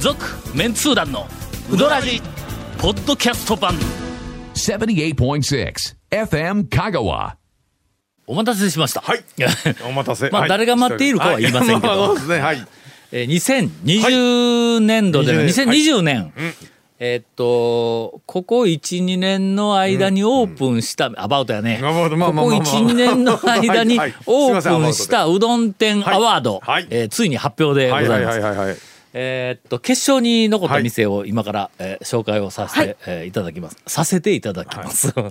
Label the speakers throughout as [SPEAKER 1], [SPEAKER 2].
[SPEAKER 1] 続メンツー団のウドラジポッドキャスト版
[SPEAKER 2] 78.6 FM Kagawa.
[SPEAKER 1] お待たせしました
[SPEAKER 3] はいお待たせ。
[SPEAKER 1] まあ
[SPEAKER 3] はい
[SPEAKER 1] 誰が待っているかは言いませんけど
[SPEAKER 3] まあそうですね。はい。
[SPEAKER 1] えー2020年度での、
[SPEAKER 3] はい20
[SPEAKER 1] 2020年、えーっとここ12年の間にオープンした、アバウトやね、
[SPEAKER 3] アバウトまあまあ
[SPEAKER 1] ここ
[SPEAKER 3] まあまあ
[SPEAKER 1] 12年の間に
[SPEAKER 3] はいはい
[SPEAKER 1] オープンしたうどん店アワード、
[SPEAKER 3] はいはい
[SPEAKER 1] えーついに発表でご
[SPEAKER 3] は
[SPEAKER 1] ざい
[SPEAKER 3] い
[SPEAKER 1] ます、
[SPEAKER 3] はいはいはいはい。
[SPEAKER 1] えーっと決勝に残った店を今から、えー紹介をさせて、えーいただきますさせていただきます、
[SPEAKER 3] は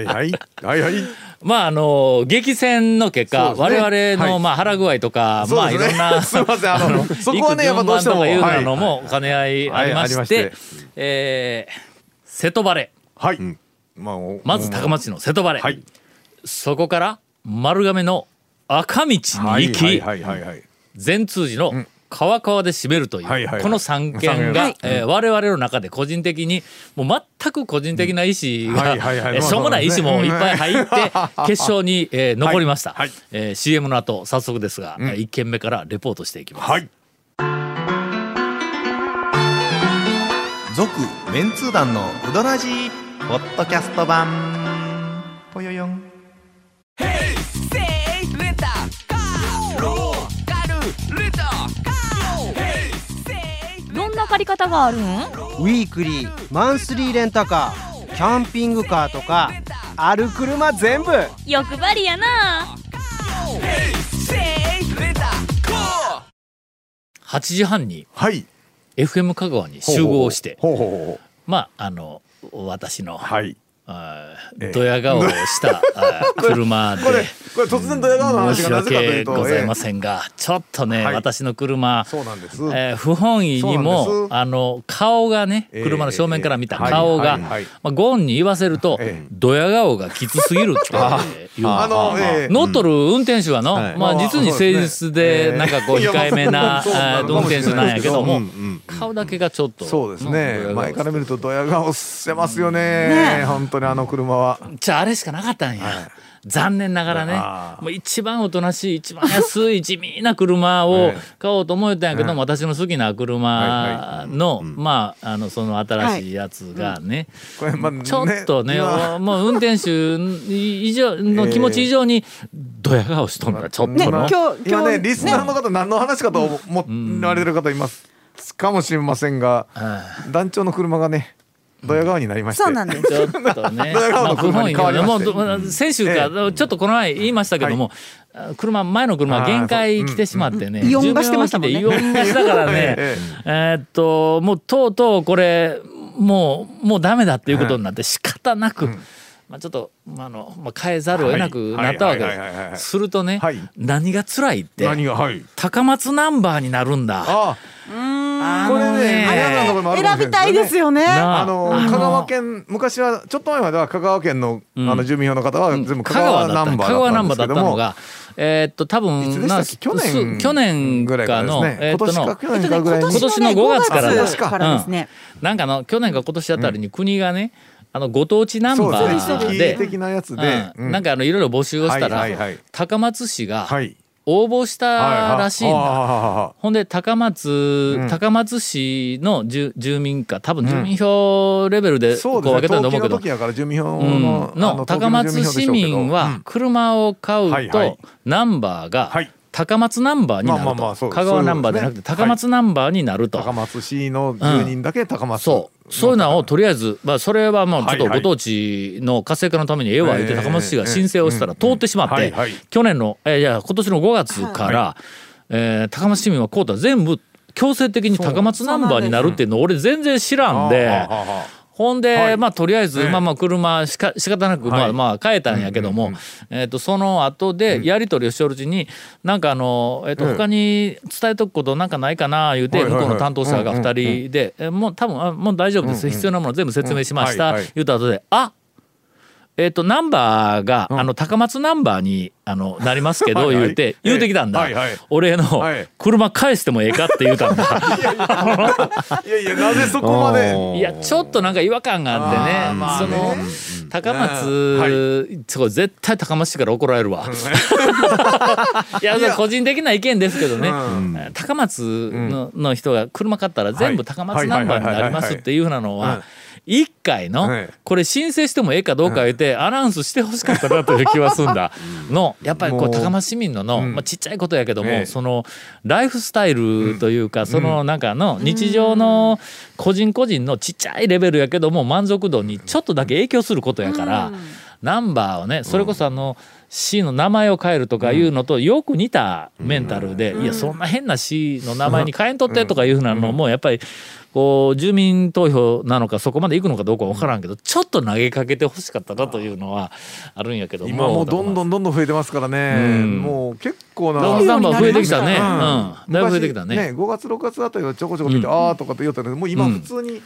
[SPEAKER 3] いはい。はいはい。
[SPEAKER 1] まああの激戦の結果、
[SPEAKER 3] そうですね
[SPEAKER 1] 我々の、
[SPEAKER 3] はい
[SPEAKER 1] まあ腹具合とか、まあ
[SPEAKER 3] そ
[SPEAKER 1] いうろ
[SPEAKER 3] で
[SPEAKER 1] ん
[SPEAKER 3] すね
[SPEAKER 1] な
[SPEAKER 3] すいませんあのそこはね
[SPEAKER 1] 行く順番
[SPEAKER 3] やっぱどうしても
[SPEAKER 1] とかいう
[SPEAKER 3] はい
[SPEAKER 1] のも兼ね合いありまして,、
[SPEAKER 3] はいありま
[SPEAKER 1] えー瀬戸バレ
[SPEAKER 3] はい。うんまあお
[SPEAKER 1] まず高松市の瀬戸バレ、
[SPEAKER 3] はい。
[SPEAKER 1] そこから丸亀の赤道に
[SPEAKER 3] はい
[SPEAKER 1] 行き、
[SPEAKER 3] はいはいはいはい。
[SPEAKER 1] 善通寺の川川で締めるという、
[SPEAKER 3] はいはいはい
[SPEAKER 1] この3件が、
[SPEAKER 3] はい
[SPEAKER 1] えー我々の中で個人的にもう全く個人的な意思が、
[SPEAKER 3] うんはいはいはい
[SPEAKER 1] えーしょうもない意思もいっぱい入っ て決勝に、えー残りました、
[SPEAKER 3] はいはい
[SPEAKER 1] えー CM の後早速ですが、1件目からレポートしていきます、
[SPEAKER 3] はい。
[SPEAKER 4] 続メンツー団のウドラジーポッドキャスト版ぽよよん
[SPEAKER 5] どんな借り方があるん
[SPEAKER 6] ウィークリーマンスリーレンタカーキャンピングカーとかある車全部
[SPEAKER 5] 欲張りやな
[SPEAKER 1] 8時半に
[SPEAKER 3] はい。
[SPEAKER 1] FM 香川に集合して
[SPEAKER 3] ほうほうほうほう。
[SPEAKER 1] まああの私の、
[SPEAKER 3] はい。
[SPEAKER 1] あー
[SPEAKER 3] ええ
[SPEAKER 1] ドヤ顔を した、あー車で
[SPEAKER 3] これこれ突然ドヤ顔の
[SPEAKER 1] 申し
[SPEAKER 3] 話がなぜかとい
[SPEAKER 1] 訳
[SPEAKER 3] うと。
[SPEAKER 1] ございま
[SPEAKER 3] え
[SPEAKER 1] せんが、ちょっとね、
[SPEAKER 3] はい
[SPEAKER 1] 私の車
[SPEAKER 3] えそうなんです。
[SPEAKER 1] えー不本意に
[SPEAKER 3] そうなん
[SPEAKER 1] も
[SPEAKER 3] です
[SPEAKER 1] あの顔がね
[SPEAKER 3] えー
[SPEAKER 1] 車の正面から見た
[SPEAKER 3] えー
[SPEAKER 1] 顔が、
[SPEAKER 3] はいはいはい
[SPEAKER 1] まあ、ゴーンに言わせると、
[SPEAKER 3] ええ
[SPEAKER 1] ドヤ顔がきつすぎるっていう
[SPEAKER 3] あのええ
[SPEAKER 1] 乗っとる運転手はの、
[SPEAKER 4] はい
[SPEAKER 1] まあ、実に誠実で、
[SPEAKER 3] まあ
[SPEAKER 1] なんかこう
[SPEAKER 3] いや
[SPEAKER 1] 控えめな
[SPEAKER 3] そうな
[SPEAKER 1] えー
[SPEAKER 3] のか
[SPEAKER 1] 運
[SPEAKER 3] もしれ
[SPEAKER 1] 転
[SPEAKER 3] ない
[SPEAKER 1] 手なんやけども、
[SPEAKER 3] うんうん
[SPEAKER 1] 顔だけがちょっと
[SPEAKER 3] そうです
[SPEAKER 1] うんド
[SPEAKER 3] ね。
[SPEAKER 1] ヤ顔
[SPEAKER 3] 前から見るとドヤ顔してますよね。本当にあの車は。
[SPEAKER 1] じゃああれしかなかったんや、残念ながら
[SPEAKER 3] あ
[SPEAKER 1] ね
[SPEAKER 3] あ
[SPEAKER 1] もう一番おとなしい一番安い地味な車を
[SPEAKER 3] ええ
[SPEAKER 1] 買おうと思ったんやけども、私の好きな車の、
[SPEAKER 3] はいはいうん
[SPEAKER 1] まああのその新しいやつがね、
[SPEAKER 3] これまあ
[SPEAKER 1] ちょっとね
[SPEAKER 3] 今
[SPEAKER 1] おもう運転手以上の気持ち以上にドヤ顔しとんだちょっと
[SPEAKER 3] ね
[SPEAKER 1] の、
[SPEAKER 3] 今日今ねリスナーの方何の話かと思われる方いますかもしれませんが団長の車がねドヤ顔になりまして
[SPEAKER 7] そうなんです。
[SPEAKER 1] ちょっとね、
[SPEAKER 3] ドヤ顔の
[SPEAKER 1] 不本意
[SPEAKER 3] 車に変わりまして
[SPEAKER 1] もうど先週か、ちょっとこの前言いましたけども、あ車前の車
[SPEAKER 3] あー
[SPEAKER 1] 限界来てしまってね、
[SPEAKER 7] うんイオン化してましたもんね
[SPEAKER 1] 10秒置きでイオン化したからね、え
[SPEAKER 3] え
[SPEAKER 1] ーっともうとうとうこれもうもうダメだっていうことになって仕方なく。まあちょっと、まあ、あの、まあ、変えざるを得なくなったわけ
[SPEAKER 3] はいはいはいはいはいは
[SPEAKER 1] で
[SPEAKER 3] い
[SPEAKER 1] す。するとね、
[SPEAKER 3] はい
[SPEAKER 1] 何が辛いって、
[SPEAKER 3] 何がはい
[SPEAKER 1] 高松ナンバーになるんだ。
[SPEAKER 3] あ
[SPEAKER 1] あ
[SPEAKER 3] これ
[SPEAKER 1] の
[SPEAKER 3] ね
[SPEAKER 1] ね
[SPEAKER 3] 皆さんのところにもあるかも
[SPEAKER 7] 選
[SPEAKER 3] しれ
[SPEAKER 7] び
[SPEAKER 3] な
[SPEAKER 7] たいですよね。
[SPEAKER 1] な
[SPEAKER 3] あの香川県昔はちょっと前までは香川県のあの住民票の方は全部香
[SPEAKER 1] 香川
[SPEAKER 3] 川
[SPEAKER 1] だ
[SPEAKER 3] ナ
[SPEAKER 1] った
[SPEAKER 3] ンバ
[SPEAKER 1] 香川ナン
[SPEAKER 3] ー
[SPEAKER 1] バ
[SPEAKER 3] だ
[SPEAKER 1] ー
[SPEAKER 3] っ
[SPEAKER 1] だった
[SPEAKER 3] たんですけど
[SPEAKER 1] の
[SPEAKER 3] も
[SPEAKER 1] がえーっと多分
[SPEAKER 3] いつでしたっけ去年
[SPEAKER 1] す去年
[SPEAKER 3] ぐらい
[SPEAKER 1] から
[SPEAKER 3] かです
[SPEAKER 1] の
[SPEAKER 3] ね
[SPEAKER 1] えーっ
[SPEAKER 3] 今
[SPEAKER 1] と
[SPEAKER 3] 年か
[SPEAKER 1] の
[SPEAKER 3] 去年かぐらいに
[SPEAKER 1] 今年の5月からだ
[SPEAKER 7] 5月からですね。
[SPEAKER 1] なんかの去年か今年あたりに国がね、あのご当地ナンバ
[SPEAKER 3] そうです
[SPEAKER 1] ー
[SPEAKER 3] ね
[SPEAKER 1] で
[SPEAKER 3] 地域的なやつで
[SPEAKER 1] うん
[SPEAKER 3] うん
[SPEAKER 1] なんかあのいろいろ募集をしたら、
[SPEAKER 3] はいはいはい
[SPEAKER 1] 高松市が
[SPEAKER 3] はい
[SPEAKER 1] 応募したらしいんだ。
[SPEAKER 3] は
[SPEAKER 1] ほんで高松、
[SPEAKER 3] うん
[SPEAKER 1] 高松市の住住民か多分住民票レベルで
[SPEAKER 3] いそ
[SPEAKER 1] こう
[SPEAKER 3] うです
[SPEAKER 1] 分
[SPEAKER 3] ね
[SPEAKER 1] けたと思う
[SPEAKER 3] 東京
[SPEAKER 1] けど、
[SPEAKER 3] の時やから住民票
[SPEAKER 1] うん
[SPEAKER 3] のあ
[SPEAKER 1] の
[SPEAKER 3] の
[SPEAKER 1] 高松市民は車を買
[SPEAKER 3] は
[SPEAKER 1] う
[SPEAKER 3] いはい
[SPEAKER 1] とナンバー
[SPEAKER 3] は
[SPEAKER 1] が
[SPEAKER 3] い
[SPEAKER 1] 高松ナンバーにな
[SPEAKER 3] ま
[SPEAKER 1] る
[SPEAKER 3] あまあまあそ
[SPEAKER 1] と
[SPEAKER 3] う
[SPEAKER 1] 香川ナンバーじゃなくて
[SPEAKER 3] そういうことです
[SPEAKER 1] 高松
[SPEAKER 3] ね
[SPEAKER 1] ナンバーになると
[SPEAKER 3] 高松市の住人だけ高松
[SPEAKER 1] そうそういうのをとりあえず、まあ、それはもうちょっと
[SPEAKER 3] はいは
[SPEAKER 1] ご
[SPEAKER 3] い
[SPEAKER 1] 当地の活性化のためにええわ言って
[SPEAKER 3] ええ
[SPEAKER 1] 高松市が申請をしたら通ってしまっ
[SPEAKER 3] は
[SPEAKER 1] て
[SPEAKER 3] いはい
[SPEAKER 1] 去年のえいや今年の5月からえー高松市民はこうた全部強制的に高松ナンバーになるっていうのを俺全然知らん
[SPEAKER 3] は
[SPEAKER 1] で
[SPEAKER 3] あ。はあはあ
[SPEAKER 1] ほんで、
[SPEAKER 3] はい
[SPEAKER 1] まあとりあえず、
[SPEAKER 3] ええ
[SPEAKER 1] まあまあ車しか仕方なく、ま
[SPEAKER 3] は
[SPEAKER 1] あ
[SPEAKER 3] い
[SPEAKER 1] まあ変えたんやけども、えっ、とその後でやり取りをしておるうちに、なんかあのえっ、と
[SPEAKER 3] ええ
[SPEAKER 1] 他に伝えとくことなんかないかな言うて、
[SPEAKER 3] はいはいはい
[SPEAKER 1] 向こうの担当者が二人で、えもう多分あもう大丈夫です、必要なもの全部説明しました、
[SPEAKER 3] うんはいはい
[SPEAKER 1] 言うた後であえっ、とナンバーが、
[SPEAKER 3] うん
[SPEAKER 1] あの高松ナンバーにあのなりますけど
[SPEAKER 3] はいはい
[SPEAKER 1] 言うて、
[SPEAKER 3] ええ
[SPEAKER 1] 言うてきたんだ、
[SPEAKER 3] はいはい
[SPEAKER 1] 俺の、
[SPEAKER 3] はい
[SPEAKER 1] 車返してもええかって言うたんだ
[SPEAKER 3] いやいやなぜそこまで
[SPEAKER 1] いやちょっとなんか違和感があってね
[SPEAKER 3] あーまあ
[SPEAKER 1] そ
[SPEAKER 3] ね
[SPEAKER 1] の、高松、そう絶対高松市から怒られる わ、いやそれ個人的な意見ですけどね、高松の,、の人が車買ったら全部高松ナンバーになりますっていうふうなの
[SPEAKER 3] はいはいはいはい
[SPEAKER 1] は一回の
[SPEAKER 3] はい
[SPEAKER 1] これ申請してもええかどうか言ってアナウンスしてほしかったなという気はすんだのやっぱりこ
[SPEAKER 3] も
[SPEAKER 1] う
[SPEAKER 3] う
[SPEAKER 1] 高松市民のの、まあ、ちっちゃいことやけども、
[SPEAKER 3] ええ
[SPEAKER 1] そのライフスタイルというか、その中の日常の個人個人のちっちゃいレベルやけども満足度にちょっとだけ影響することやから、ナンバーをねそれこそあの C の名前を変えるとかいうのとよく似たメンタルで、いやそんな変な C の名前に変えんとってとかいうふうなのもやっぱりこう住民投票なのかそこまで行くのかどうかわからんけどちょっと投げかけてほしかったなというのはあるんやけど
[SPEAKER 3] 今もうどんど
[SPEAKER 1] ん
[SPEAKER 3] んどんどん増えてますからね、もう結構な
[SPEAKER 1] どんどん増えてきたね、う
[SPEAKER 3] う
[SPEAKER 1] んん、だいぶ増えてきたね
[SPEAKER 3] 昔5月6月あたりはちょこちょこ見て、ああとかって言ったけどもう今
[SPEAKER 1] うん
[SPEAKER 3] 普通に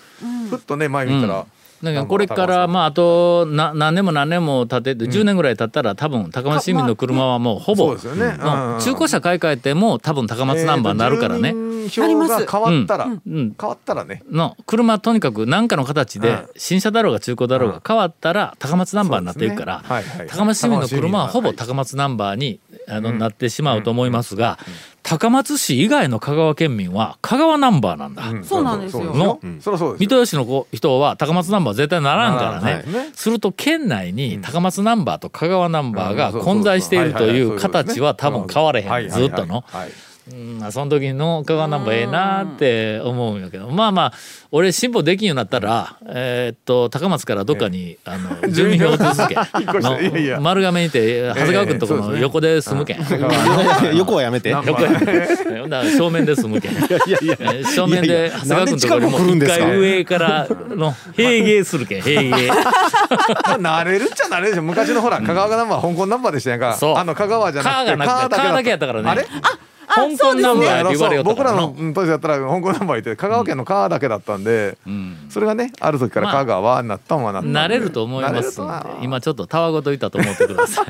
[SPEAKER 3] ふっとね前見たら、
[SPEAKER 1] だからこれからまああとな何年も何年も経ってて10年ぐらい経ったら多分高松市民の車はもうほ
[SPEAKER 3] そう
[SPEAKER 1] ぼ
[SPEAKER 3] ですよね、うん
[SPEAKER 1] うん中古車買い替えても多分高松ナンバーになるからね。
[SPEAKER 3] えーと住民票が変わったら、
[SPEAKER 1] うん、
[SPEAKER 3] 変わったらね
[SPEAKER 1] の車とにかく何かの形
[SPEAKER 3] う
[SPEAKER 1] で
[SPEAKER 3] ん
[SPEAKER 1] 新車だろうが中古だろう
[SPEAKER 3] うん
[SPEAKER 1] が変わったら高松ナンバーになっていくから、
[SPEAKER 3] そうですねはいはい
[SPEAKER 1] 高松市民の車はほぼ
[SPEAKER 3] 高松市民
[SPEAKER 1] 高松ナ
[SPEAKER 3] は
[SPEAKER 1] ンバーにあのなってしまうと思いますが高松市以外の香川県民は香川ナンバーなんだ。
[SPEAKER 7] そうなんです
[SPEAKER 3] そ
[SPEAKER 7] よ
[SPEAKER 3] うよ
[SPEAKER 1] の
[SPEAKER 3] うんそりゃそうで
[SPEAKER 1] 三
[SPEAKER 3] すよ
[SPEAKER 1] 豊市の子人は高松ナンバー絶対ならんから
[SPEAKER 3] なら
[SPEAKER 1] ね
[SPEAKER 3] んからね
[SPEAKER 1] すると県内に高松ナンバーと香川ナンバーが
[SPEAKER 3] うんそうそう
[SPEAKER 1] 混在しているとい
[SPEAKER 3] は
[SPEAKER 1] う
[SPEAKER 3] いはいはいそういうことです
[SPEAKER 1] 形
[SPEAKER 3] ね
[SPEAKER 1] は多分変われ
[SPEAKER 3] は
[SPEAKER 1] へ
[SPEAKER 3] い
[SPEAKER 1] ん
[SPEAKER 3] は
[SPEAKER 1] ず
[SPEAKER 3] いはい
[SPEAKER 1] っとの。
[SPEAKER 3] はい
[SPEAKER 1] うんまあその時の香川ナンバーええなって思うんやけどまあまあ俺辛抱できんようになったらえーっと高松からどっかにあの住民票を続け
[SPEAKER 3] 越したいやいや
[SPEAKER 1] の丸亀にて長谷川君とこ
[SPEAKER 3] そうです
[SPEAKER 1] の
[SPEAKER 3] ね
[SPEAKER 1] 横で住むけん。
[SPEAKER 8] 横はやめて。
[SPEAKER 3] なんか
[SPEAKER 1] 横やだから正面で住むけん。えー正面
[SPEAKER 8] いや
[SPEAKER 1] で
[SPEAKER 8] いや
[SPEAKER 1] 長谷川君とこよりも
[SPEAKER 8] なん
[SPEAKER 1] 一
[SPEAKER 8] で近く来るんですか
[SPEAKER 1] 回上からの平芸するけん平芸。
[SPEAKER 3] まあ 慣れるっちゃ慣れるでしょ昔のほら香川ナンバー香港ナンバーでしたやんか
[SPEAKER 1] そう
[SPEAKER 3] あの香川じゃなくて
[SPEAKER 1] 香川がなくて
[SPEAKER 3] 香
[SPEAKER 1] 香川だけやったからね
[SPEAKER 3] あれ
[SPEAKER 1] 香港ナン
[SPEAKER 3] い
[SPEAKER 1] バ
[SPEAKER 3] や
[SPEAKER 1] ーって言われよ
[SPEAKER 3] そう
[SPEAKER 1] った
[SPEAKER 3] 僕
[SPEAKER 1] からら
[SPEAKER 3] の
[SPEAKER 1] の。
[SPEAKER 3] うん当時だったら香港ナンバーいて香川県の香だけだったんで、それがねある時から香川になったもんはなったんで
[SPEAKER 1] 慣れると思いますん
[SPEAKER 3] 慣れると
[SPEAKER 1] で
[SPEAKER 3] な
[SPEAKER 1] 今ちょっとたわごと言ったと思ってください。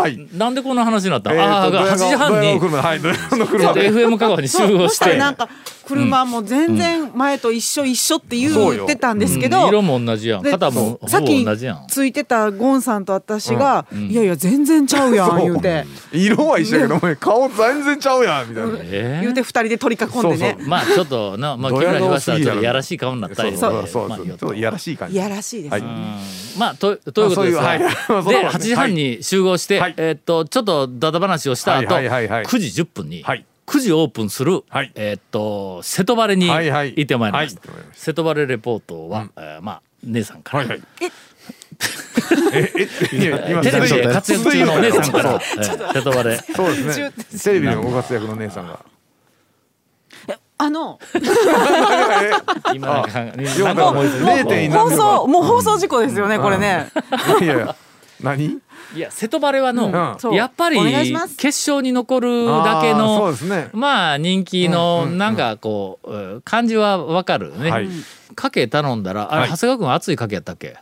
[SPEAKER 3] はい
[SPEAKER 1] なんでこんな話になったの、
[SPEAKER 3] えーと
[SPEAKER 1] ああ
[SPEAKER 3] ドヤ
[SPEAKER 1] 8
[SPEAKER 3] 顔
[SPEAKER 1] 時半に
[SPEAKER 3] ドヤ顔車はいドヤ顔の
[SPEAKER 1] ちょ
[SPEAKER 3] 車
[SPEAKER 1] っと
[SPEAKER 3] で
[SPEAKER 1] FM 香川に集
[SPEAKER 7] そう
[SPEAKER 1] 合
[SPEAKER 7] そ
[SPEAKER 1] し
[SPEAKER 7] したら
[SPEAKER 1] て
[SPEAKER 7] なんか車も全然前と一緒一緒って言
[SPEAKER 3] そうよ
[SPEAKER 7] ってたんですけど、
[SPEAKER 1] うん色も同じやん
[SPEAKER 7] で
[SPEAKER 1] 肩もほぼ
[SPEAKER 7] さっき
[SPEAKER 1] 同じやん
[SPEAKER 7] ついてたゴンさんと私が「いやいや全然ちゃうやん」言うて
[SPEAKER 3] 色は一緒やけどお前顔全然ちゃうやんみたいな、
[SPEAKER 1] え
[SPEAKER 7] 言う
[SPEAKER 1] ー
[SPEAKER 7] て二人で取り囲んでね
[SPEAKER 1] まあちょっとな、まあ、木
[SPEAKER 3] ドヤ
[SPEAKER 1] 村
[SPEAKER 3] 顔
[SPEAKER 1] 東さんはちょっ
[SPEAKER 3] すぎやろ
[SPEAKER 1] とやらしい顔になった
[SPEAKER 3] そ
[SPEAKER 1] り
[SPEAKER 3] う
[SPEAKER 1] で
[SPEAKER 3] そうそう
[SPEAKER 1] まあ
[SPEAKER 3] そう
[SPEAKER 1] 言
[SPEAKER 3] ち
[SPEAKER 1] うと
[SPEAKER 3] ょっといやらしい感
[SPEAKER 7] い
[SPEAKER 3] じ
[SPEAKER 7] やらしいです
[SPEAKER 3] はい
[SPEAKER 7] ね、
[SPEAKER 1] まあとということですよ、
[SPEAKER 3] あそういう はいそういうこと
[SPEAKER 1] で
[SPEAKER 3] ですね
[SPEAKER 1] 8時半に集合して、
[SPEAKER 3] はい
[SPEAKER 1] えーっとちょっとダダ話をした後、
[SPEAKER 3] はいはいはいはい
[SPEAKER 1] 9時10分に、
[SPEAKER 3] はい
[SPEAKER 1] 9時オープンする、
[SPEAKER 3] はい
[SPEAKER 1] えーっと瀬戸晴れに
[SPEAKER 3] はいはい
[SPEAKER 1] 行ってまいりました、
[SPEAKER 3] はい行ってまいりま
[SPEAKER 1] 瀬戸晴れレポートは、えーまあ姉さんから、
[SPEAKER 3] はいはいええいや今
[SPEAKER 1] テレビで活躍中のお姉さんか
[SPEAKER 3] そ
[SPEAKER 1] ら
[SPEAKER 3] う
[SPEAKER 1] えー瀬戸晴れ
[SPEAKER 3] そうですねテレビでもご活躍の姉さん が
[SPEAKER 7] あの
[SPEAKER 1] 今なんかな
[SPEAKER 3] よ
[SPEAKER 1] んか思いついた
[SPEAKER 3] 0点
[SPEAKER 7] 放送もう放送事故ですよね、これね、
[SPEAKER 3] いやいや何
[SPEAKER 1] いや瀬戸バレはの、
[SPEAKER 3] うん
[SPEAKER 7] そう
[SPEAKER 1] やっぱり
[SPEAKER 7] お願いします
[SPEAKER 1] 決勝に残るだけ
[SPEAKER 3] あーそう
[SPEAKER 1] の
[SPEAKER 3] ですね
[SPEAKER 1] まあ人気のなんかこう、うん感じはわかるね、
[SPEAKER 3] はい
[SPEAKER 1] かけ頼んだらあれ
[SPEAKER 3] はい
[SPEAKER 1] 長谷川君熱いかけやったっけ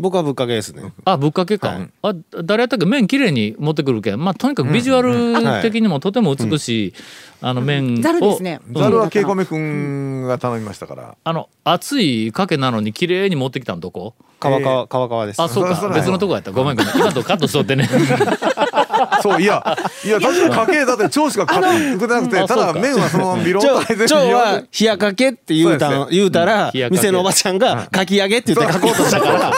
[SPEAKER 8] 僕はぶっかけですね。
[SPEAKER 1] あぶっかけか、あ誰やったっけ麺きれいに持ってくるけんまあとにかくビジュアル的にもとても美しい、あの麺を
[SPEAKER 7] ざるですね、
[SPEAKER 3] ザルはケイコメくんが頼みましたから
[SPEAKER 1] あの熱いかけなのにきれいに持ってきたのどこ
[SPEAKER 8] 川川川川です。
[SPEAKER 1] あそう
[SPEAKER 3] そ
[SPEAKER 1] か
[SPEAKER 3] らそら
[SPEAKER 1] 別のとこやったごめんご めん今のとこカットしとってね
[SPEAKER 3] そういやいや確かに家計だって長子がかけくなく
[SPEAKER 1] あ
[SPEAKER 3] てた
[SPEAKER 1] そう
[SPEAKER 3] だ
[SPEAKER 1] か
[SPEAKER 3] 麺はそのままビロン
[SPEAKER 8] ちょ
[SPEAKER 3] と入
[SPEAKER 8] ちょは冷やかけって言うた
[SPEAKER 3] そう
[SPEAKER 8] の言うたら
[SPEAKER 1] 冷やかけ
[SPEAKER 8] 店のおばちゃんがかき揚げって言って書こう としたから。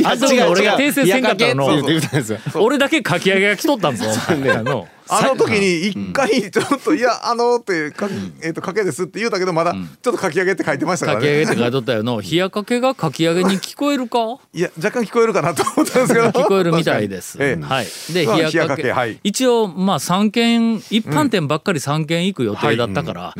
[SPEAKER 8] い
[SPEAKER 1] あそうか俺が訂正せんかったの
[SPEAKER 8] 冷やかけって言って言ったんですよ。
[SPEAKER 1] 俺だけかき揚げが来とったんぞあの
[SPEAKER 3] あの時に一回ちょっと「いやあの」ってか,、えーと「かけです」って言うたけどまだちょっと書き上げって書いてましたか
[SPEAKER 1] からき揚げ
[SPEAKER 3] ね
[SPEAKER 1] って書いとったよ の冷やかけがかき揚げに聞こえるか
[SPEAKER 3] いや若干聞こえるかなと思ったんですけど
[SPEAKER 1] 聞こえるみたいです、
[SPEAKER 3] ええ
[SPEAKER 1] はいで
[SPEAKER 3] まあ
[SPEAKER 1] 冷やかけ
[SPEAKER 3] 冷やかけはい
[SPEAKER 1] 一応まあ3軒一般店ばっかり3軒行く予定だったから、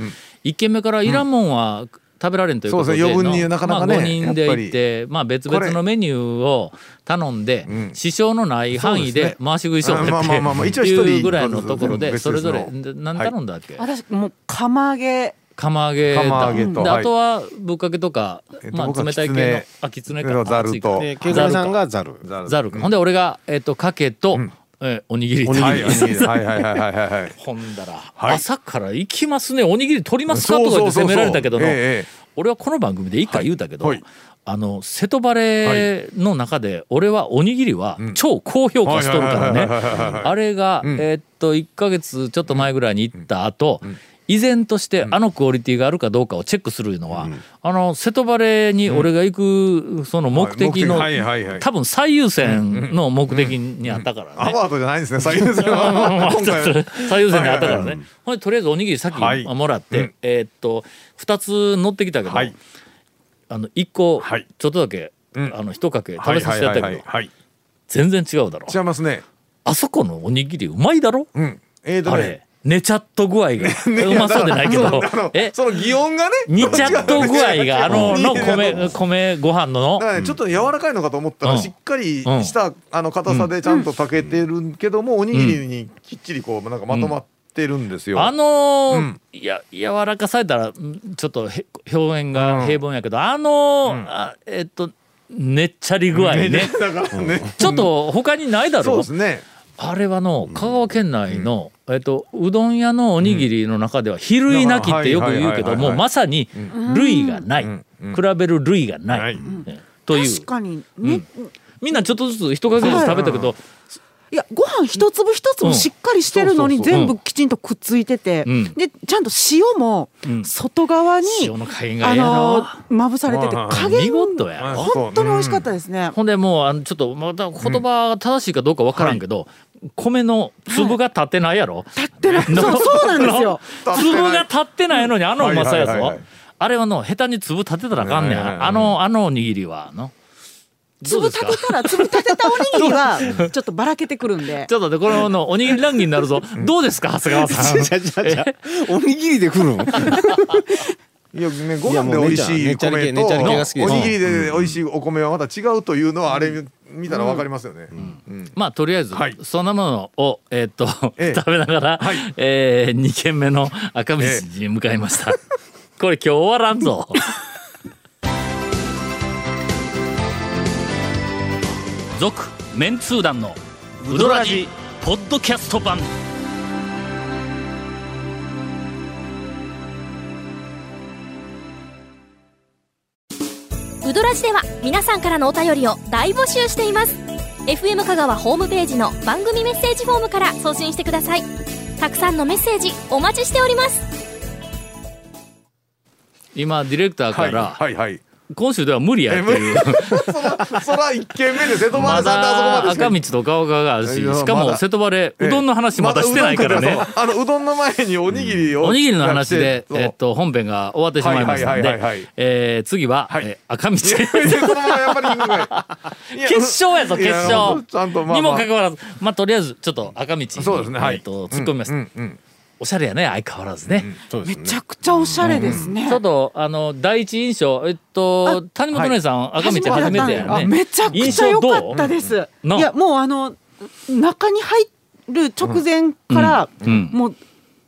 [SPEAKER 1] 1軒目からいらんもんは食べられんということで、
[SPEAKER 3] そうですね余分になかなかね
[SPEAKER 1] まあ、5人で
[SPEAKER 3] やっぱり
[SPEAKER 1] 行って、まあ、別々のメニューを頼んで、
[SPEAKER 3] ん
[SPEAKER 1] 支障のない範囲
[SPEAKER 3] そうで
[SPEAKER 1] です
[SPEAKER 3] ね
[SPEAKER 1] 回し食いしようって
[SPEAKER 3] まあまあまあまあ一応一人
[SPEAKER 1] いうぐらいのところで
[SPEAKER 3] 別
[SPEAKER 1] そ
[SPEAKER 3] 々の
[SPEAKER 1] れぞれで何頼んだっけ、
[SPEAKER 7] 私もう釜揚げ
[SPEAKER 1] 釜揚げだ
[SPEAKER 3] 釜揚げと
[SPEAKER 1] で
[SPEAKER 3] はい
[SPEAKER 1] あとはぶっかけとか、
[SPEAKER 3] えっと
[SPEAKER 1] ま
[SPEAKER 3] 僕
[SPEAKER 1] あ、
[SPEAKER 3] は
[SPEAKER 1] 冷たい
[SPEAKER 3] きつ
[SPEAKER 1] 系
[SPEAKER 3] ね
[SPEAKER 1] のあきつね
[SPEAKER 3] う
[SPEAKER 1] か
[SPEAKER 3] んざると
[SPEAKER 1] あ熱い
[SPEAKER 8] で
[SPEAKER 1] か
[SPEAKER 8] ケイカミさんがザル
[SPEAKER 3] ざる
[SPEAKER 1] ざるか、ほんで俺が、えっとかけと、えーおにぎり
[SPEAKER 3] はいおにぎりはいはいはいはいはいはい
[SPEAKER 1] ほんだら、
[SPEAKER 3] はい
[SPEAKER 1] 朝から行きますねおにぎり取りますかとか言って責められたけどの、
[SPEAKER 3] そうそうそうえええ
[SPEAKER 1] 俺はこの番組で一回言うたけど、
[SPEAKER 3] はいはい
[SPEAKER 1] あの瀬戸バレーの中で俺はおにぎりは超高評価しとるからね
[SPEAKER 3] はいはいはいはいはい
[SPEAKER 1] あれが、
[SPEAKER 3] ん
[SPEAKER 1] えーっと1ヶ月ちょっと前ぐらいに行った後、依然としてあのクオリティがあるかどうかをチェックするのは、あの瀬戸バレーに俺が行くその目的の、
[SPEAKER 3] はい目的はいはいはい
[SPEAKER 1] 多分最優先の目的にあったからね。
[SPEAKER 3] アワードじゃないんですね最優 先は今回
[SPEAKER 1] 最優先にあったからね。ほんでとりあえずおにぎりさっき
[SPEAKER 3] はい
[SPEAKER 1] もらっ
[SPEAKER 3] う
[SPEAKER 1] て
[SPEAKER 3] ん、
[SPEAKER 1] えーっと2つ乗ってきたけど
[SPEAKER 3] はい、
[SPEAKER 1] あの1個
[SPEAKER 3] はい
[SPEAKER 1] ちょっとだけ
[SPEAKER 3] うん
[SPEAKER 1] あの1かけ食
[SPEAKER 3] は
[SPEAKER 1] べ
[SPEAKER 3] い
[SPEAKER 1] さ
[SPEAKER 3] は
[SPEAKER 1] せ
[SPEAKER 3] い
[SPEAKER 1] てやっ
[SPEAKER 3] はい
[SPEAKER 1] たけど
[SPEAKER 3] はい、はい
[SPEAKER 1] 全然違うだろ
[SPEAKER 3] 違いますね
[SPEAKER 1] あそこのおにぎりうまいだろ
[SPEAKER 3] うんえーと
[SPEAKER 1] あ
[SPEAKER 3] ね
[SPEAKER 1] れ寝ちゃっと具合 が うまそうでないけ
[SPEAKER 3] そ
[SPEAKER 1] ど
[SPEAKER 3] うあの
[SPEAKER 1] え
[SPEAKER 3] その擬音がね
[SPEAKER 1] 煮ちゃっと具合 があのの
[SPEAKER 3] 違う違
[SPEAKER 1] 米
[SPEAKER 3] う
[SPEAKER 1] 米ご飯のの
[SPEAKER 3] だからねちょっと柔らかいのかと思った
[SPEAKER 1] うん
[SPEAKER 3] らしっかりしたあの硬さでちゃんと炊けてるけどもおにぎりにきっちりこうなんかまとまってるんですよ。
[SPEAKER 1] あのー
[SPEAKER 3] うん
[SPEAKER 1] や柔らかされたらんちょっとへ表現が平凡やけど、あのーあえっとねっちゃり具合ね
[SPEAKER 3] だから ね
[SPEAKER 1] ちょっと他にないだ
[SPEAKER 3] そう
[SPEAKER 1] ろ
[SPEAKER 3] ですね。
[SPEAKER 1] あれはの香川県内の、えっと、うどん屋のおにぎりの中では「比類なき」ってよく言うけど
[SPEAKER 3] うんはいはいはい
[SPEAKER 1] も
[SPEAKER 3] はい
[SPEAKER 1] まさに類がない、
[SPEAKER 3] んうん
[SPEAKER 1] 比べる類がない、
[SPEAKER 3] はい
[SPEAKER 1] えという
[SPEAKER 7] 確かにね、
[SPEAKER 1] みんなちょっとずつ一かけずつ食べたけど、
[SPEAKER 7] いやご飯一粒一粒しっかりしてるの
[SPEAKER 1] う
[SPEAKER 7] に
[SPEAKER 1] んそうそうそう
[SPEAKER 7] 全部きちんとくっついてて、
[SPEAKER 1] うん
[SPEAKER 7] でちゃんと塩も
[SPEAKER 1] うん
[SPEAKER 7] 外側に、
[SPEAKER 1] 塩の加減が
[SPEAKER 7] あ
[SPEAKER 1] ええや
[SPEAKER 7] の
[SPEAKER 1] ろ
[SPEAKER 7] ーまぶされてて
[SPEAKER 3] うんうん
[SPEAKER 7] 加
[SPEAKER 1] 見
[SPEAKER 7] 減
[SPEAKER 1] 事やろ
[SPEAKER 7] 本当に美味しかったですね、
[SPEAKER 1] ほんでもうあのちょっとまた言葉が正しいかどうかわからんけど、米の粒が立ってないやろ、
[SPEAKER 7] 立ってない そうそうなんですよ
[SPEAKER 3] 立って
[SPEAKER 1] 粒
[SPEAKER 3] ない
[SPEAKER 1] が立ってないのにあのうまさやぞ、
[SPEAKER 3] はいはいはいはい
[SPEAKER 1] あれはの下手に粒立てたらあかんねん、
[SPEAKER 3] はいはいはい
[SPEAKER 1] あのあのおにぎりはのどう
[SPEAKER 7] 粒
[SPEAKER 1] です
[SPEAKER 7] 立
[SPEAKER 1] か
[SPEAKER 7] てたら粒立てたおにぎりはちょっとばらけてくるんで
[SPEAKER 1] ちょっとでこののおにぎり談義になるぞどうですか長谷川さん
[SPEAKER 8] おにぎりで来るの
[SPEAKER 3] いやねご飯で美味しい米と
[SPEAKER 8] いやもうねちゃり系ねちゃり系が好きです
[SPEAKER 3] おにぎりで美味しいお米はまた違うというのはあれ見たらわかりますよね。
[SPEAKER 1] まあとりあえず、
[SPEAKER 3] はい
[SPEAKER 1] そんなものを、えーっと
[SPEAKER 3] ええ
[SPEAKER 1] 食べながら、えー、2軒目の赤道に向かいました、これ今日終わらんぞ続メンツー団のウドラジポッドキャスト版
[SPEAKER 5] ウドラジでは皆さんからのお便りを大募集しています FM 香川ホームページの番組メッセージフォームから送信してくださいたくさんのメッセージお待ちしております
[SPEAKER 1] 今ディレクターか
[SPEAKER 3] はい
[SPEAKER 1] ら、
[SPEAKER 3] はいはい。
[SPEAKER 1] 今週では無理やっていう
[SPEAKER 3] そらそら一軒目で瀬戸
[SPEAKER 1] ま
[SPEAKER 3] 丸さんであそこまで
[SPEAKER 1] だ
[SPEAKER 3] しか
[SPEAKER 1] 赤道と顔ががあるし
[SPEAKER 3] いや
[SPEAKER 1] しか
[SPEAKER 3] ま
[SPEAKER 1] も
[SPEAKER 3] だ
[SPEAKER 1] 瀬戸バレ
[SPEAKER 3] ええ
[SPEAKER 1] うどんの話まだしてないからね
[SPEAKER 3] まだうどん食べたそうあのうどんの前におにぎりを。
[SPEAKER 1] おにぎりの話で、
[SPEAKER 3] そう
[SPEAKER 1] えっと、本編が終わってしまいましたん
[SPEAKER 3] はいはいはいはい
[SPEAKER 1] で
[SPEAKER 3] はい、
[SPEAKER 1] えー次は、
[SPEAKER 3] はい
[SPEAKER 1] えー赤道。
[SPEAKER 3] いやそのままやっぱり行くのかいいや
[SPEAKER 1] 決勝やぞ、
[SPEAKER 3] い
[SPEAKER 1] 決勝。
[SPEAKER 3] ちゃんとまあ
[SPEAKER 1] に
[SPEAKER 3] ま
[SPEAKER 1] も
[SPEAKER 3] あ
[SPEAKER 1] かかわらず、まあ、とりあえず、ちょっと赤道に、
[SPEAKER 3] そうですねはい
[SPEAKER 1] えっと、突っ込みました。
[SPEAKER 3] うんうん
[SPEAKER 1] おしゃれやね、相変わらずね。
[SPEAKER 8] そうで
[SPEAKER 7] め
[SPEAKER 8] すね
[SPEAKER 7] ちゃくちゃおしゃれですね、
[SPEAKER 1] ちょっと、あの、第一印象、えっと、谷本姉さん、赤道初めてや
[SPEAKER 7] あ
[SPEAKER 1] ね。
[SPEAKER 7] めちゃくちゃ良かった
[SPEAKER 1] す。
[SPEAKER 7] です。
[SPEAKER 1] うんない
[SPEAKER 7] やもうあの中に入る直前から、
[SPEAKER 1] うん
[SPEAKER 7] もう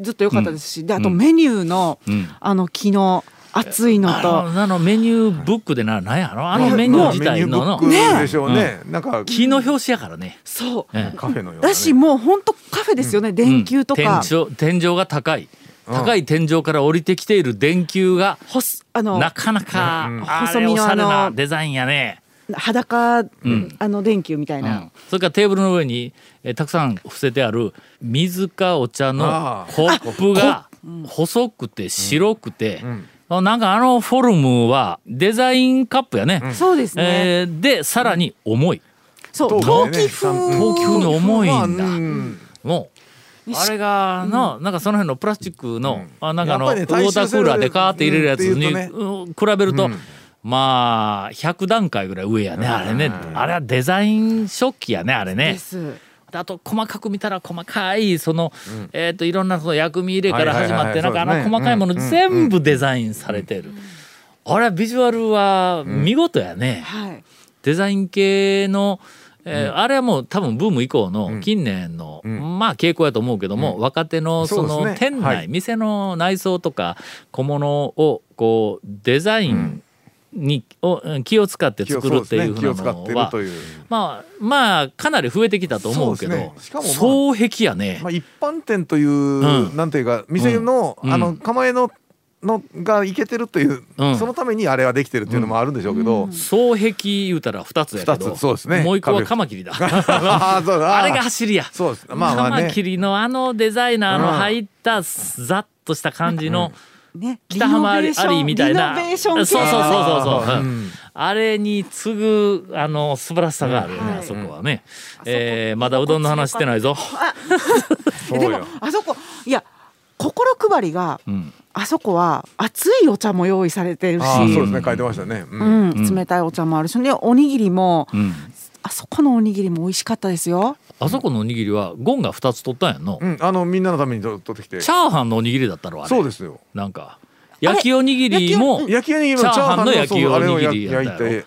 [SPEAKER 7] ずっと良かったですし、であと
[SPEAKER 1] うん
[SPEAKER 7] メニューの、
[SPEAKER 1] うん
[SPEAKER 7] あの昨日熱いの
[SPEAKER 1] あ
[SPEAKER 7] と。
[SPEAKER 1] の、あのメニューブックでな、なんやろあのメニュー自体のの
[SPEAKER 3] メ、ニューブックでしょうね。なんか
[SPEAKER 1] 木の表紙やからね。
[SPEAKER 7] そう
[SPEAKER 1] ええ
[SPEAKER 3] カフェのようなね。
[SPEAKER 7] だしもう本当カフェですよね、電球とか、
[SPEAKER 1] うん天井天井が高い高い天井から降りてきている電球が
[SPEAKER 7] ほすあの
[SPEAKER 1] なかなか、
[SPEAKER 3] うん
[SPEAKER 1] あ
[SPEAKER 7] 細
[SPEAKER 1] れ
[SPEAKER 7] 身
[SPEAKER 1] おし
[SPEAKER 7] の
[SPEAKER 1] ゃれ
[SPEAKER 7] あ
[SPEAKER 1] な
[SPEAKER 7] の
[SPEAKER 1] デザインやね、
[SPEAKER 7] 裸、
[SPEAKER 1] ん
[SPEAKER 7] あの電球みたい
[SPEAKER 1] うん
[SPEAKER 7] な、
[SPEAKER 1] それからテーブルの上に、えーたくさん伏せてある水かお茶の
[SPEAKER 3] あ
[SPEAKER 1] コップが細くて白くて、あなんかあのフォルムはデザインカップやね、
[SPEAKER 7] そうですね、
[SPEAKER 1] えーでさらに重い
[SPEAKER 7] そう
[SPEAKER 3] 陶
[SPEAKER 7] 陶
[SPEAKER 3] 器ね
[SPEAKER 7] 器風、
[SPEAKER 1] 東京に重いんだ、
[SPEAKER 3] うん
[SPEAKER 1] もうあれがの、なんかその辺のプラスチックの、あなんかあのウ
[SPEAKER 3] や
[SPEAKER 1] ォ
[SPEAKER 3] っぱり
[SPEAKER 1] ー
[SPEAKER 3] ね
[SPEAKER 1] タークーラーでカーって入れるやつに、
[SPEAKER 3] うんっていう
[SPEAKER 1] うん比べると、
[SPEAKER 3] うん
[SPEAKER 1] まあ100段階ぐらい上やねあれね、あれはデザイン食器やねあれね
[SPEAKER 7] で。す。
[SPEAKER 1] であと細かく見たら細かいその、えっといろんなその薬味入れから始まって
[SPEAKER 3] はいはいはい
[SPEAKER 1] なんかあの
[SPEAKER 3] そうですね
[SPEAKER 1] 細かいもの全部デザインされてる。あれはビジュアルは見事やね。
[SPEAKER 7] はい。
[SPEAKER 1] デザイン系のえーあれはもう多分ブーム以降の近年の、まあ傾向やと思うけども、若手のそ
[SPEAKER 3] そう
[SPEAKER 1] の
[SPEAKER 3] ですね
[SPEAKER 1] 店内、
[SPEAKER 3] はい
[SPEAKER 1] 店の内装とか小物をこうデザインに、をうん気を使って
[SPEAKER 3] 気を
[SPEAKER 1] 作
[SPEAKER 3] そう
[SPEAKER 1] る
[SPEAKER 3] で
[SPEAKER 1] っ
[SPEAKER 3] す
[SPEAKER 1] てい
[SPEAKER 3] ね
[SPEAKER 1] うふ
[SPEAKER 3] 気
[SPEAKER 1] う
[SPEAKER 3] を
[SPEAKER 1] な
[SPEAKER 3] 使っ
[SPEAKER 1] の
[SPEAKER 3] てる
[SPEAKER 1] は、
[SPEAKER 3] という
[SPEAKER 1] まあまあかなり増えてきたと思うけど
[SPEAKER 3] そうですねしかもまあ
[SPEAKER 1] 双璧やね、
[SPEAKER 3] まあ、一般店という、
[SPEAKER 1] うん
[SPEAKER 3] なんていうか店の、
[SPEAKER 1] うん
[SPEAKER 3] あの構えののがいけてるという、
[SPEAKER 1] うん
[SPEAKER 3] そのためにあれはできてるっていうのもあるんでしょうけど、
[SPEAKER 1] 双璧言うたら2つやけど
[SPEAKER 3] 二つそうですね
[SPEAKER 1] もう一個は
[SPEAKER 3] 壁
[SPEAKER 1] カマキリだ
[SPEAKER 3] あーそうだ
[SPEAKER 1] あれが走りや
[SPEAKER 3] そうですまあまあ
[SPEAKER 1] カマ
[SPEAKER 3] ね
[SPEAKER 1] キリのあのデザイナーの入ったざっとした感じの
[SPEAKER 7] ね、
[SPEAKER 1] 北浜アリ
[SPEAKER 7] リノベーション
[SPEAKER 1] アリみたいな
[SPEAKER 7] リノベーション系
[SPEAKER 1] そうそうそうそうそう、
[SPEAKER 3] う
[SPEAKER 1] うん
[SPEAKER 3] ん
[SPEAKER 1] あれに次ぐあの素晴らしさがあるよね、
[SPEAKER 7] はい
[SPEAKER 1] あそこはね、えーまだうどんの話してないぞ、
[SPEAKER 3] そう
[SPEAKER 7] でも
[SPEAKER 3] よ
[SPEAKER 7] あそこいや心配りが
[SPEAKER 1] うん
[SPEAKER 7] あそこは熱いお茶も用意されてるし
[SPEAKER 3] あーそうですね書いてましたね、うん
[SPEAKER 7] うん冷たいお茶もあるしねおにぎりも、
[SPEAKER 1] うん、
[SPEAKER 7] あそこのおにぎりも美味しかったですよ
[SPEAKER 1] あそこのおにぎりはゴンが2つ取ったんやんの、
[SPEAKER 3] うんあのみんなのためにと取ってきて
[SPEAKER 1] チャーハンのおにぎりだったろあれ
[SPEAKER 3] そうですよ
[SPEAKER 1] なんか焼きおにぎりも
[SPEAKER 3] 焼きおにぎりの
[SPEAKER 1] チ
[SPEAKER 3] チ
[SPEAKER 1] ャー
[SPEAKER 3] ャー
[SPEAKER 1] ハン
[SPEAKER 3] ハン
[SPEAKER 1] の
[SPEAKER 3] の
[SPEAKER 1] 焼きおにぎり
[SPEAKER 3] そうあれを
[SPEAKER 1] や
[SPEAKER 3] 焼
[SPEAKER 1] っ
[SPEAKER 3] い
[SPEAKER 1] たやろ
[SPEAKER 3] て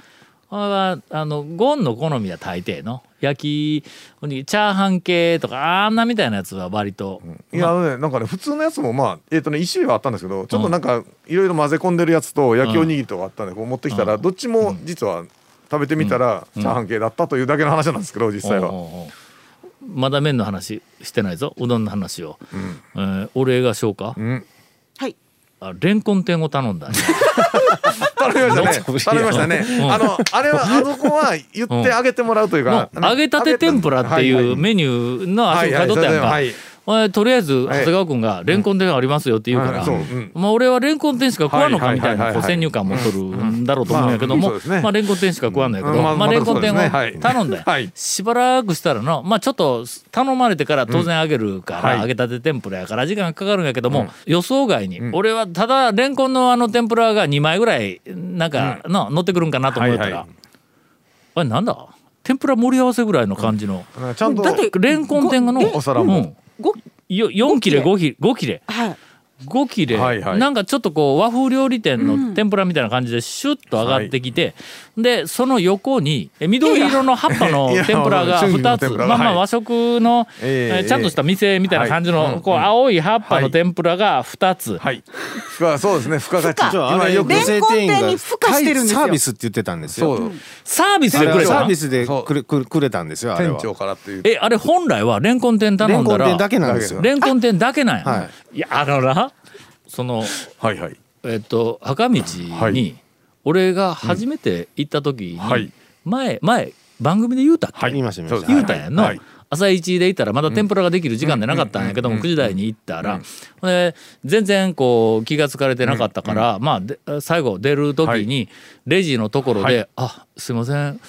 [SPEAKER 1] これはあのゴンの好みは大抵の焼きおにぎりチャーハン系とかあんなみたいなやつは割と、
[SPEAKER 3] いやあのねなんかね普通のやつもまあえっ、とね一種類はあったんですけどちょっとなんかいろいろ混ぜ込んでるやつと焼きおにぎりとかあったんでこう持ってきたら、どっちも実は食べてみたら、チャーハン系だったというだけの話なんですけど実際
[SPEAKER 1] お
[SPEAKER 3] は、
[SPEAKER 1] うおうおうまだ麺の話してないぞうどんの話を、えーお礼がしようか、
[SPEAKER 3] ん
[SPEAKER 7] はい
[SPEAKER 1] あレンコン天を頼んだんや
[SPEAKER 3] 頼みましたね頼みましたね、
[SPEAKER 1] うん
[SPEAKER 3] あのあれはあの子は言ってあげてもらうというか、
[SPEAKER 1] の揚げたて天ぷらっていうメニューの足を買い取ったやんか、
[SPEAKER 3] はい
[SPEAKER 1] おいとりあえず長
[SPEAKER 3] い
[SPEAKER 1] 谷川君が「レンコン天ありますよ」って言うから、
[SPEAKER 3] はいそううん
[SPEAKER 1] まあ、俺はレンコン天しか食わんのかみたいな
[SPEAKER 3] はいはいはいはい
[SPEAKER 1] こう先入観持っとるんだろうと思うんやけども、
[SPEAKER 3] うんまあそうですね
[SPEAKER 1] まあ、レンコン天しか食わんのやけど、
[SPEAKER 3] うんま
[SPEAKER 1] ま
[SPEAKER 3] あ
[SPEAKER 1] あ、
[SPEAKER 3] まあ
[SPEAKER 1] レンコン天を
[SPEAKER 3] そうですねはい
[SPEAKER 1] 頼んで、
[SPEAKER 3] はい
[SPEAKER 1] しばらくしたらの、まあ、ちょっと頼まれてから当然揚げるから、
[SPEAKER 3] はい
[SPEAKER 1] 揚げたて天ぷらやから時間かかるんやけども、予想外に、俺はただレンコンのあの天ぷらが2枚ぐらいなんかの、乗ってくるんかなと思ったら、
[SPEAKER 3] はいはい
[SPEAKER 1] あれなんだ天ぷら盛り合わせぐらいの感じの。
[SPEAKER 3] ちゃんと
[SPEAKER 7] だって
[SPEAKER 1] レンコン天がの
[SPEAKER 3] お皿も
[SPEAKER 1] うん
[SPEAKER 7] ご
[SPEAKER 1] よ4切れ5切れ5切れ
[SPEAKER 7] はい
[SPEAKER 1] 5切れ、
[SPEAKER 3] はいはい
[SPEAKER 1] なんかちょっとこう和風料理店の天ぷらみたいな感じでシュッと上がってきて、でその横にえ緑色の葉っぱの
[SPEAKER 3] いや
[SPEAKER 1] 天ぷらが
[SPEAKER 3] いや
[SPEAKER 1] 2つ
[SPEAKER 3] 春菊の天ぷら
[SPEAKER 1] まあまあ
[SPEAKER 3] はい
[SPEAKER 1] 和食の、
[SPEAKER 3] ええ
[SPEAKER 1] えーちゃんとした店みたいな感じの、
[SPEAKER 3] はいうん
[SPEAKER 1] こう
[SPEAKER 3] うん
[SPEAKER 1] 青い葉っぱの天ぷらが2つ、
[SPEAKER 3] はい付加そうですね付加価値
[SPEAKER 8] じゃあ、あ
[SPEAKER 3] 今
[SPEAKER 8] れ、
[SPEAKER 3] よく
[SPEAKER 8] 女性店員
[SPEAKER 7] レンコン店に
[SPEAKER 8] が
[SPEAKER 7] 付加してるんですよ
[SPEAKER 8] サービスって言ってたんです
[SPEAKER 3] そ
[SPEAKER 8] よ。
[SPEAKER 3] う
[SPEAKER 1] サービス
[SPEAKER 8] あ
[SPEAKER 1] で
[SPEAKER 8] れ
[SPEAKER 1] く
[SPEAKER 8] は
[SPEAKER 1] れ
[SPEAKER 8] サ
[SPEAKER 1] た
[SPEAKER 8] ー
[SPEAKER 1] な
[SPEAKER 8] ビスで
[SPEAKER 3] そう
[SPEAKER 8] くれくれくれたんですよ、あれ
[SPEAKER 3] 店
[SPEAKER 8] は。
[SPEAKER 3] 長からっていう
[SPEAKER 1] えあれ本来はレンコン天
[SPEAKER 8] レ
[SPEAKER 1] 頼
[SPEAKER 8] ン
[SPEAKER 1] ん
[SPEAKER 8] コ
[SPEAKER 1] だ
[SPEAKER 8] ン店だ
[SPEAKER 1] ら
[SPEAKER 8] けなんですよ。
[SPEAKER 1] レンコン天だけなんや、、
[SPEAKER 8] はい
[SPEAKER 1] やあのなその
[SPEAKER 3] はいはい
[SPEAKER 1] えっと赤道
[SPEAKER 3] は
[SPEAKER 1] に俺が初めて行った時に
[SPEAKER 3] はい
[SPEAKER 1] 前前番組で言うたっけ
[SPEAKER 8] はい、見ました、見ました。
[SPEAKER 1] 言うたんやんの、
[SPEAKER 3] はい
[SPEAKER 1] 朝一で行ったらまだ天ぷらができる時間でなかったんやけども9時台に行ったら、で全然こう気が付かれてなかったから、まあで最後出る時にレジのところで「あすいません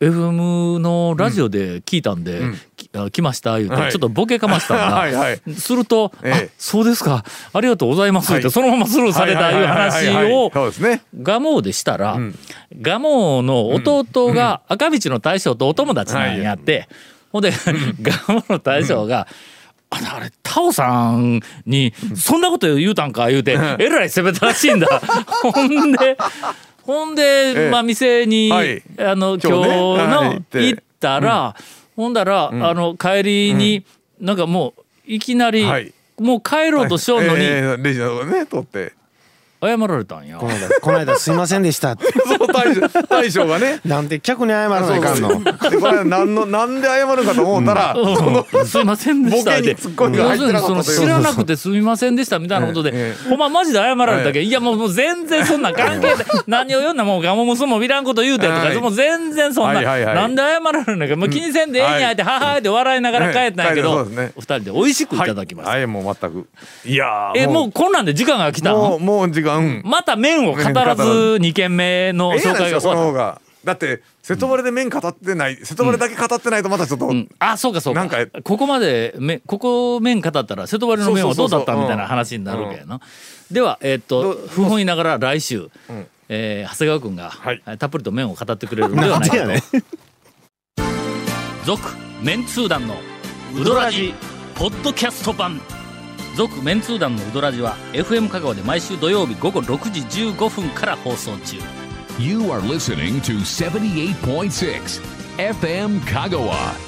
[SPEAKER 1] FM のラジオで聞いたんで、きあ来ました」言うて、
[SPEAKER 3] はい
[SPEAKER 1] ちょっとボケかましたんだ
[SPEAKER 3] はいはい
[SPEAKER 1] すると「
[SPEAKER 3] ええ
[SPEAKER 1] あそうですかありがとうございます」って、
[SPEAKER 3] はい
[SPEAKER 1] そのままスルーされたいう話
[SPEAKER 3] はいはいはいはいは
[SPEAKER 1] を
[SPEAKER 3] いそうですね
[SPEAKER 1] 蒲生でしたら、蒲生の弟が赤道の大将とお友達なんやって、ほんで蒲生の大将が「あのあれタオさんにそんなこと言うたんか」言うてえらい攻めたらしい んだほんでほんで、
[SPEAKER 3] え
[SPEAKER 1] まあ、店に、
[SPEAKER 3] はい
[SPEAKER 1] あの今
[SPEAKER 3] 今
[SPEAKER 1] 日
[SPEAKER 3] 日ね
[SPEAKER 1] の
[SPEAKER 3] はい
[SPEAKER 1] 行
[SPEAKER 3] 行
[SPEAKER 1] っ
[SPEAKER 3] って
[SPEAKER 1] たら、ほんだら、あの帰りに、なんかもういきなり、
[SPEAKER 3] はい
[SPEAKER 1] もう帰ろうとしようのに、
[SPEAKER 3] ええレジのとこね通って
[SPEAKER 1] 謝られたんや
[SPEAKER 8] こ。の間、この間すいませんでした。
[SPEAKER 3] そう大将大将 がね
[SPEAKER 8] なんで客に謝らないかんの。
[SPEAKER 3] でこれは何のなんで謝るかと思ったら、
[SPEAKER 1] うんすいませんでした
[SPEAKER 3] ボケにツッコミが入ってなかったという
[SPEAKER 1] 要するにその知らなくてすみませんでしたみたいなことで、
[SPEAKER 3] ええ
[SPEAKER 1] ほんまマジで謝られたけど、いやもうもう全然そんな関係ない何を言うんだもうガモもそもいらんこと言うてとか、
[SPEAKER 3] はい
[SPEAKER 1] もう全然そんな、
[SPEAKER 3] はいはいはい
[SPEAKER 1] なんで謝られるのかもう気にせんでええんやって、ははーって笑いながら帰ったんやけど、
[SPEAKER 3] ええ帰るそうですね
[SPEAKER 1] お二人で美味しくいただきました、
[SPEAKER 3] はい、はいもう全くいやー
[SPEAKER 1] えもうこんなんで時間が来たん
[SPEAKER 3] もうもう時間
[SPEAKER 1] また麺を語らず2軒目の
[SPEAKER 3] ええ
[SPEAKER 1] 紹
[SPEAKER 3] やない
[SPEAKER 1] 介
[SPEAKER 3] で
[SPEAKER 1] が
[SPEAKER 3] すか
[SPEAKER 1] 終わっ
[SPEAKER 3] その方がだって瀬戸割れで麺語ってない、瀬戸割れだけ語ってないとまたちょっと、
[SPEAKER 1] た、うんあそうかそうか
[SPEAKER 3] なんか
[SPEAKER 1] ここまでめここ麺語ったら瀬戸割れの麺はどうだった
[SPEAKER 3] そうそうそうそう
[SPEAKER 1] みたいな話になるけどな、ではえーっと
[SPEAKER 3] ど
[SPEAKER 1] 不本意ながら来週、えー長谷川君が、
[SPEAKER 3] はい
[SPEAKER 1] えーたっぷりと麺を語ってくれるのではないかと
[SPEAKER 8] なんでやねん
[SPEAKER 1] 「続・麺通団のウドラジポッドキャスト版」「続・麺通団のウドラジは FM 香川で毎週土曜日午後6時15分から放送中
[SPEAKER 2] You are listening to 78.6 FM Kagawa.